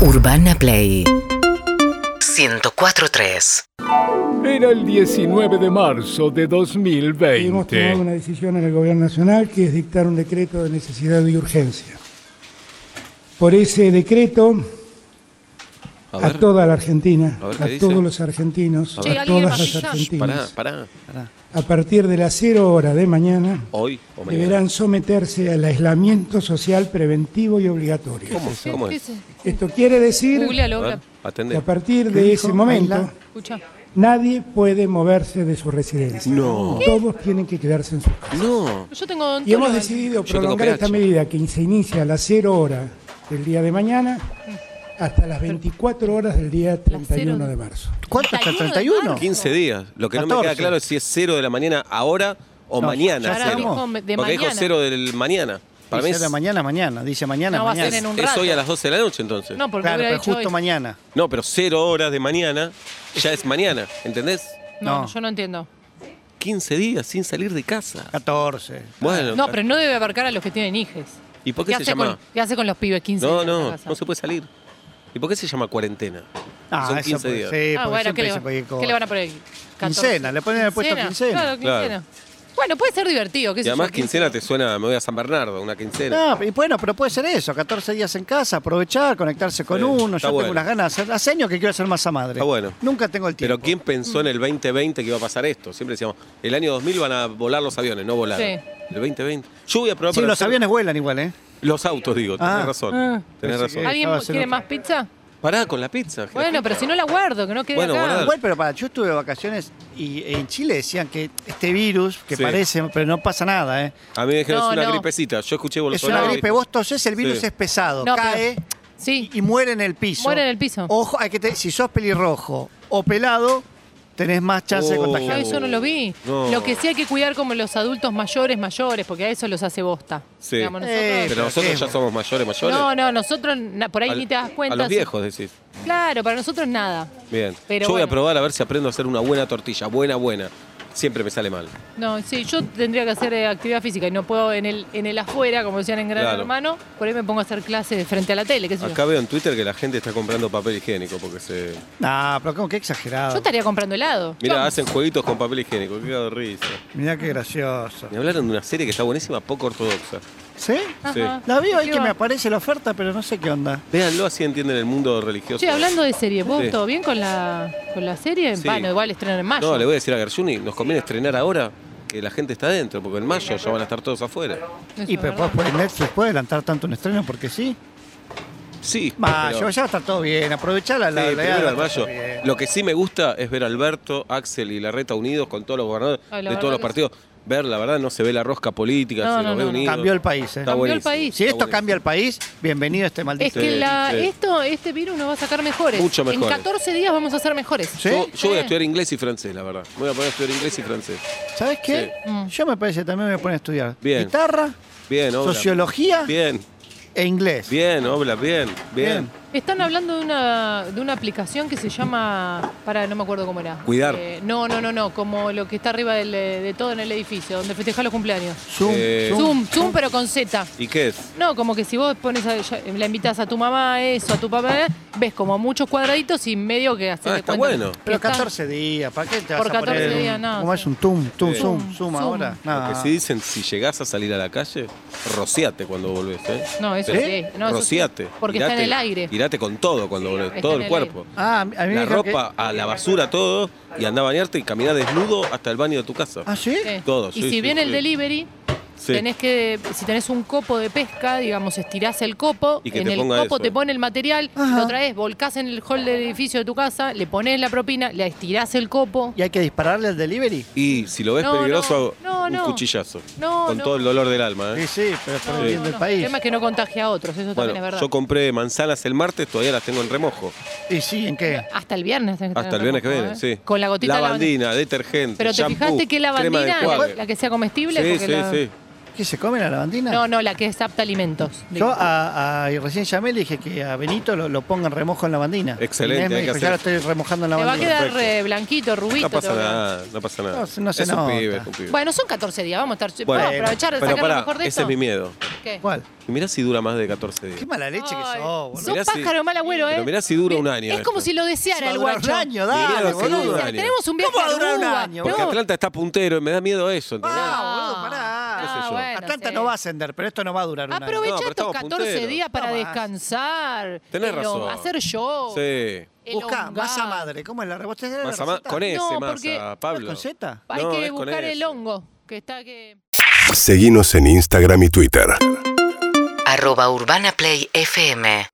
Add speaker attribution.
Speaker 1: Urbana Play 104.3
Speaker 2: Era el 19 de marzo de
Speaker 3: Y hemos tomado
Speaker 2: 2020.
Speaker 3: una decisión en el Gobierno Nacional que es dictar un decreto de necesidad y urgencia. Por ese decreto,
Speaker 4: A
Speaker 3: a,
Speaker 4: ver,
Speaker 3: toda la Argentina,
Speaker 4: A ver
Speaker 3: a,
Speaker 4: qué dice.
Speaker 3: todos los argentinos, a,
Speaker 5: ver. Che,
Speaker 3: todas
Speaker 5: alguien
Speaker 3: las
Speaker 5: papillón.
Speaker 4: pará,
Speaker 3: argentinas,
Speaker 4: pará.
Speaker 3: a partir de las 0 hora de mañana,
Speaker 4: Hoy o mañana.
Speaker 3: deberán someterse al aislamiento social preventivo y obligatorio.
Speaker 4: ¿Cómo, cómo es?
Speaker 3: Esto quiere decir
Speaker 4: A
Speaker 5: Googlealo,
Speaker 4: ver, atendé.
Speaker 3: que a partir de ese momento
Speaker 5: escucha.
Speaker 3: nadie puede moverse de su residencia.
Speaker 4: No.
Speaker 3: Todos tienen que quedarse en su
Speaker 4: No.
Speaker 5: Yo tengo
Speaker 3: Y hemos
Speaker 5: odontólogo.
Speaker 3: decidido
Speaker 4: Yo tengo
Speaker 3: prolongar esta
Speaker 4: PH.
Speaker 3: medida que se inicia a las 0 horas del día de mañana hasta las 24 horas del día 31
Speaker 5: cero.
Speaker 3: de marzo.
Speaker 6: ¿Cuánto hasta el 31?
Speaker 4: 15 días. Lo que no me
Speaker 6: 14.
Speaker 4: queda claro es si es cero de la mañana ahora o
Speaker 6: No,
Speaker 4: mañana.
Speaker 6: ya
Speaker 4: cero.
Speaker 5: dijo de
Speaker 4: Porque dijo
Speaker 5: mañana.
Speaker 4: cero del mañana. Para mí
Speaker 6: Dice
Speaker 4: es,
Speaker 6: de mañana, mañana. Dice mañana,
Speaker 5: No, va a
Speaker 6: mañana.
Speaker 5: ser en un
Speaker 4: es
Speaker 5: rato.
Speaker 4: hoy a las 12 de la noche entonces.
Speaker 5: No, porque
Speaker 6: Claro,
Speaker 5: hubiera
Speaker 6: pero
Speaker 5: dicho
Speaker 6: justo
Speaker 5: hoy.
Speaker 6: mañana.
Speaker 4: No, pero cero horas de mañana ya es mañana. ¿Entendés?
Speaker 5: No,
Speaker 6: No.
Speaker 5: yo no entiendo.
Speaker 4: 15 días sin salir de casa.
Speaker 6: 14.
Speaker 4: Bueno.
Speaker 5: No, pero no debe abarcar a los que tienen hijes.
Speaker 4: ¿Y por qué se
Speaker 5: hace
Speaker 4: llama?
Speaker 5: Con, ¿Qué hace con los pibes 15
Speaker 4: No,
Speaker 5: años en la
Speaker 4: no,
Speaker 5: casa?
Speaker 4: no
Speaker 6: Eh,
Speaker 4: se puede salir. ¿Y por qué se llama cuarentena?
Speaker 6: Ah,
Speaker 4: Son
Speaker 6: eso
Speaker 4: 15
Speaker 6: puede-
Speaker 4: días.
Speaker 6: Sí,
Speaker 5: Ah,
Speaker 6: porque
Speaker 5: bueno,
Speaker 6: siempre
Speaker 5: ¿qué le,
Speaker 6: dice cualquier cosa.
Speaker 5: qué le van a poner? 14.
Speaker 6: Quincena, le ponen el puesto quincena.
Speaker 5: Claro, quincena. Bueno, puede ser divertido. ¿qué
Speaker 4: Y
Speaker 5: sé
Speaker 4: además
Speaker 5: yo,
Speaker 4: quincena te suena, me voy a San Bernardo, una quincena.
Speaker 6: No, y bueno, pero puede ser eso, 14 días en casa, aprovechar, conectarse con
Speaker 4: Sí,
Speaker 6: uno.
Speaker 4: está
Speaker 6: Yo
Speaker 4: bueno.
Speaker 6: tengo unas ganas, de hacer- hace años que quiero hacer masa madre.
Speaker 4: Está bueno.
Speaker 6: Nunca tengo el tiempo.
Speaker 4: Pero ¿quién pensó en el 2020 que iba a pasar esto? Siempre decíamos, el año 2000 van a volar los aviones, no volaron.
Speaker 5: Sí.
Speaker 4: El 2020. Yo voy a probar
Speaker 6: Sí,
Speaker 4: para
Speaker 6: los
Speaker 4: hacer-
Speaker 6: aviones vuelan igual, ¿eh?
Speaker 4: Los autos, digo, tenés
Speaker 6: Ah.
Speaker 4: razón.
Speaker 5: Ah.
Speaker 4: Tenés
Speaker 6: Pensé
Speaker 4: razón.
Speaker 6: que-
Speaker 5: ¿Alguien
Speaker 6: Estaba haciendo
Speaker 5: quiere
Speaker 6: otra.
Speaker 5: más pizza?
Speaker 4: Pará con la pizza.
Speaker 5: Bueno, pero si no la guardo, que no quede
Speaker 4: Bueno,
Speaker 5: acá.
Speaker 4: guardala.
Speaker 6: Igual, pero para, yo estuve de vacaciones y en Chile decían que este virus, que
Speaker 4: Sí.
Speaker 6: parece, pero no pasa nada, ¿eh?
Speaker 4: A mí me dijeron
Speaker 5: No,
Speaker 4: es una
Speaker 5: no.
Speaker 4: gripecita. Yo escuché
Speaker 6: Es una
Speaker 4: Bolsonaro. y-
Speaker 6: gripe, vos tosés, el virus
Speaker 4: Sí.
Speaker 6: es pesado,
Speaker 5: No, pero-
Speaker 6: cae...
Speaker 5: Sí.
Speaker 6: y, y muere en el piso.
Speaker 5: Muere en el piso.
Speaker 6: Ojo, hay que te- si sos pelirrojo o pelado, tenés más chance de
Speaker 4: Oh.
Speaker 5: Ah,
Speaker 6: contagiar.
Speaker 5: eso no lo vi.
Speaker 4: No.
Speaker 5: Lo que sí hay que cuidar como los adultos mayores, mayores, porque a eso los hace bosta.
Speaker 4: Sí.
Speaker 5: Digamos, nosotros-
Speaker 6: Eh,
Speaker 4: Pero nosotros
Speaker 6: ¿qué?
Speaker 4: ya somos mayores, mayores.
Speaker 5: no, no, nosotros na- por ahí
Speaker 4: Al-
Speaker 5: ni te das cuenta.
Speaker 4: A los
Speaker 5: sí.
Speaker 4: viejos decís.
Speaker 5: Claro, para nosotros nada.
Speaker 4: Bien.
Speaker 5: Pero
Speaker 4: yo voy a
Speaker 5: bueno.
Speaker 4: probar a ver si aprendo a hacer una buena tortilla. Buena, buena. Siempre me sale mal.
Speaker 5: No, sí, yo tendría que hacer eh, actividad física y no puedo en el, en el afuera, como decían en Gran
Speaker 4: Claro.
Speaker 5: Hermano, por ahí me pongo a hacer clases frente a la tele, qué sé
Speaker 4: Acá veo en Twitter que la gente está comprando papel higiénico porque se.
Speaker 6: No, pero como que
Speaker 5: yo. Yo
Speaker 6: exagerado.
Speaker 5: estaría comprando helado.
Speaker 4: Mira, hacen jueguitos con papel higiénico. Qué cagado de risa.
Speaker 6: Mirá qué gracioso.
Speaker 4: Me hablaron de una serie que está buenísima, poco ortodoxa.
Speaker 6: ¿Sí?
Speaker 5: Ah,
Speaker 4: Sí.
Speaker 6: La veo ahí que me
Speaker 5: aparece.
Speaker 6: aparece la oferta, pero no sé qué onda.
Speaker 4: Véanlo, así entienden el mundo religioso.
Speaker 5: Che, hablando de serie, ¿vos
Speaker 4: Sí.
Speaker 5: todo bien con la, con la serie?
Speaker 4: Sí.
Speaker 5: Bueno, igual estrenan en mayo.
Speaker 4: No, le voy a decir a Gershuni, nos conviene estrenar ahora que la gente está adentro, porque en mayo ya van a estar todos afuera.
Speaker 5: Eso,
Speaker 6: Y pero
Speaker 5: ¿verdad?
Speaker 6: pues, Netflix puede adelantar tanto un estreno porque sí.
Speaker 4: Sí,
Speaker 6: Va,
Speaker 4: pero-
Speaker 6: yo ya está todo bien. Aprovechá la
Speaker 4: Sí,
Speaker 6: la- la-
Speaker 4: primero de
Speaker 6: la-
Speaker 4: mayo.
Speaker 6: bien.
Speaker 4: Lo que sí me gusta es ver a Alberto, Axel y Larreta unidos con todos los gobernadores
Speaker 5: Ay, la
Speaker 4: de todos los
Speaker 5: verdad que
Speaker 4: partidos. Ver, la verdad, no se ve la rosca política,
Speaker 5: No,
Speaker 4: se
Speaker 5: no,
Speaker 4: los ve
Speaker 5: no, no.
Speaker 4: unidos.
Speaker 6: Cambió el país, ¿eh?
Speaker 4: Está
Speaker 5: Cambió el
Speaker 4: buenísimo.
Speaker 5: país.
Speaker 6: Si esto
Speaker 4: Está
Speaker 6: cambia el país, bienvenido a este
Speaker 5: Es
Speaker 6: maldito.
Speaker 5: que
Speaker 4: Sí,
Speaker 5: la,
Speaker 4: sí.
Speaker 5: esto, este virus nos va a sacar mejores.
Speaker 4: Mucho
Speaker 5: En
Speaker 4: mejores.
Speaker 5: 14 días vamos a ser mejores.
Speaker 6: Sí.
Speaker 4: buenísimo. Yo, yo voy a
Speaker 5: Sí.
Speaker 4: estudiar inglés y francés, la verdad. Me voy a poner a estudiar inglés y francés.
Speaker 6: ¿Sabes qué?
Speaker 5: Mm.
Speaker 6: Yo me parece también me voy a poner a estudiar.
Speaker 4: Bien.
Speaker 6: Guitarra,
Speaker 4: Bien, obla.
Speaker 6: sociología
Speaker 4: Bien,
Speaker 6: e inglés.
Speaker 4: bien, obla, bien, bien.
Speaker 6: Bien.
Speaker 5: Están hablando de una, de una aplicación que se llama. Para, no me acuerdo cómo era.
Speaker 4: Cuidar.
Speaker 5: Eh, no, no, no, no. Como lo que está arriba del, eh, de todo en el edificio, donde festejas los cumpleaños.
Speaker 6: Zoom,
Speaker 4: Eh,
Speaker 6: Zoom.
Speaker 5: Zoom, Zoom, pero con Z.
Speaker 4: ¿Y qué es?
Speaker 5: No, como que si vos pones a- ya- la invitas a tu mamá, eso, a tu papá, ves como muchos cuadraditos y medio que haces
Speaker 4: Ah,
Speaker 5: de
Speaker 4: está
Speaker 5: cuenta
Speaker 4: bueno.
Speaker 5: que
Speaker 6: Pero
Speaker 5: están-
Speaker 6: 14 días, ¿para qué te vas
Speaker 5: Por
Speaker 6: a
Speaker 5: 14
Speaker 6: poner? un-
Speaker 5: días, no,
Speaker 6: ¿Cómo
Speaker 5: sí.
Speaker 6: es un tum, tum,
Speaker 4: Sí.
Speaker 6: zoom,
Speaker 5: Zoom,
Speaker 6: zoom,
Speaker 5: zoom.
Speaker 6: ahora? No.
Speaker 5: Ah.
Speaker 4: Porque si dicen, si llegás a salir a la calle, rociate cuando volvés, ¿eh?
Speaker 5: No, eso
Speaker 4: ¿Eh?
Speaker 5: sí. No, eso sí.
Speaker 4: rociate.
Speaker 5: Porque está en el aire.
Speaker 4: Tirate con todo cuando
Speaker 5: está
Speaker 4: volvés, todo
Speaker 5: en
Speaker 4: el
Speaker 5: el
Speaker 4: cuerpo.
Speaker 6: Ah, a mí me
Speaker 4: la
Speaker 6: dijeron que-
Speaker 4: ropa, a la basura, todo, y andá a bañarte y caminá desnudo hasta el baño de tu casa.
Speaker 6: ¿Ah, sí?
Speaker 5: Sí.
Speaker 4: Todo,
Speaker 5: Y
Speaker 4: sí,
Speaker 5: si
Speaker 4: sí,
Speaker 5: viene
Speaker 4: sí.
Speaker 5: el delivery,
Speaker 4: Sí.
Speaker 5: tenés que, si tenés un copo de pesca, digamos, estirás el copo,
Speaker 4: Y que
Speaker 5: en
Speaker 4: te
Speaker 5: el
Speaker 4: ponga
Speaker 5: copo
Speaker 4: eso.
Speaker 5: te pone el material,
Speaker 6: Ajá.
Speaker 5: lo traes, volcás en el hall del edificio de tu casa, le pones la propina, le estirás el copo.
Speaker 6: ¿Y hay que dispararle al delivery?
Speaker 4: Y si lo ves
Speaker 5: No, no,
Speaker 4: peligroso,
Speaker 5: no,
Speaker 4: un
Speaker 5: no.
Speaker 4: cuchillazo.
Speaker 5: No,
Speaker 4: con
Speaker 5: no.
Speaker 4: todo el dolor del alma, ¿eh?
Speaker 6: Sí, sí, pero está
Speaker 5: No,
Speaker 6: viviendo
Speaker 5: no,
Speaker 6: el
Speaker 5: no. El
Speaker 6: país.
Speaker 5: tema es que no contagia a otros, eso también es
Speaker 4: Bueno,
Speaker 5: verdad.
Speaker 4: yo compré manzanas el martes, todavía las tengo en remojo.
Speaker 6: ¿Y sí, en qué?
Speaker 5: Hasta el viernes. tenés que
Speaker 4: Hasta el
Speaker 5: tener
Speaker 4: viernes que viene,
Speaker 5: remojo, ¿eh?
Speaker 4: sí.
Speaker 5: Con la gotita de
Speaker 4: Lavandina, detergente,
Speaker 5: Pero te
Speaker 4: shampoo,
Speaker 5: fijaste que la
Speaker 4: crema de
Speaker 5: bandina,
Speaker 4: enjuague.
Speaker 5: la que sea comestible,
Speaker 4: Sí,
Speaker 5: porque
Speaker 4: sí,
Speaker 5: la-
Speaker 4: sí.
Speaker 6: ¿Qué se come la lavandina?
Speaker 5: No, no, la que es apta a alimentos.
Speaker 6: Yo a, a- y recién llamé y le dije que a Benito lo, lo ponga en remojo en la bandina.
Speaker 4: Excelente, hay que
Speaker 6: Ya lo
Speaker 4: hacer.
Speaker 6: estoy remojando en la
Speaker 5: Te va a
Speaker 6: bandina.
Speaker 5: quedar
Speaker 4: Perfecto.
Speaker 5: re blanquito, rubito.
Speaker 4: No pasa
Speaker 5: te va a quedar.
Speaker 4: nada, no pasa nada.
Speaker 6: No, no se
Speaker 4: es un
Speaker 6: nota.
Speaker 4: pibe, es un pibe.
Speaker 5: Bueno, son 14 días, vamos a estar.
Speaker 4: Bueno,
Speaker 5: vamos a aprovechar de
Speaker 4: pero
Speaker 5: sacar lo
Speaker 4: pará,
Speaker 5: mejor de
Speaker 4: ese
Speaker 5: esto.
Speaker 4: es mi miedo.
Speaker 5: ¿Qué?
Speaker 6: ¿Cuál?
Speaker 4: Y mirá si dura más de 14 días.
Speaker 6: Qué mala leche que
Speaker 5: Ay,
Speaker 6: sos, boludo.
Speaker 5: sos
Speaker 4: Mirá si-
Speaker 5: pájaro mal agüero, ¿eh?
Speaker 4: pero mirá si dura un año
Speaker 5: Es como
Speaker 4: esto.
Speaker 5: si lo deseara
Speaker 6: Va a
Speaker 5: el
Speaker 6: durar
Speaker 5: guacho.
Speaker 6: un año,
Speaker 4: Mirá
Speaker 6: dale,
Speaker 4: lo que
Speaker 6: boludo.
Speaker 4: dura.
Speaker 5: Mira, Tenemos un viaje
Speaker 6: ¿Cómo va a durar
Speaker 5: a
Speaker 6: un
Speaker 5: Aruba.
Speaker 6: año?
Speaker 4: Porque
Speaker 5: No.
Speaker 4: Atlanta está puntero y me da miedo eso, ¿entendés?
Speaker 6: Ah,
Speaker 5: No.
Speaker 6: boludo, pará.
Speaker 5: Ah,
Speaker 4: Qué sé yo.
Speaker 5: bueno,
Speaker 6: Atlanta
Speaker 5: sí.
Speaker 6: no va a ascender, pero esto no va a durar un año.
Speaker 5: Aprovecha
Speaker 4: No, pero
Speaker 5: estos
Speaker 4: estamos
Speaker 5: 14
Speaker 4: punteros.
Speaker 5: días para
Speaker 6: No más.
Speaker 5: descansar.
Speaker 4: Tenés
Speaker 5: elo-
Speaker 4: razón.
Speaker 5: Hacer show.
Speaker 4: Sí.
Speaker 6: Buscá,
Speaker 5: elongar.
Speaker 6: masa madre. ¿Cómo es la re- ¿Vos tenés la
Speaker 4: Masa ma-
Speaker 6: receta?
Speaker 4: con ese,
Speaker 5: No,
Speaker 4: masa,
Speaker 5: porque-
Speaker 4: Pablo.
Speaker 6: ¿Con Z?
Speaker 5: Hay
Speaker 4: No,
Speaker 5: que
Speaker 4: es con
Speaker 5: buscar el
Speaker 4: eso.
Speaker 5: hongo, que está que...
Speaker 1: Seguinos en Instagram y Twitter.
Speaker 7: arroba Urbana Play FM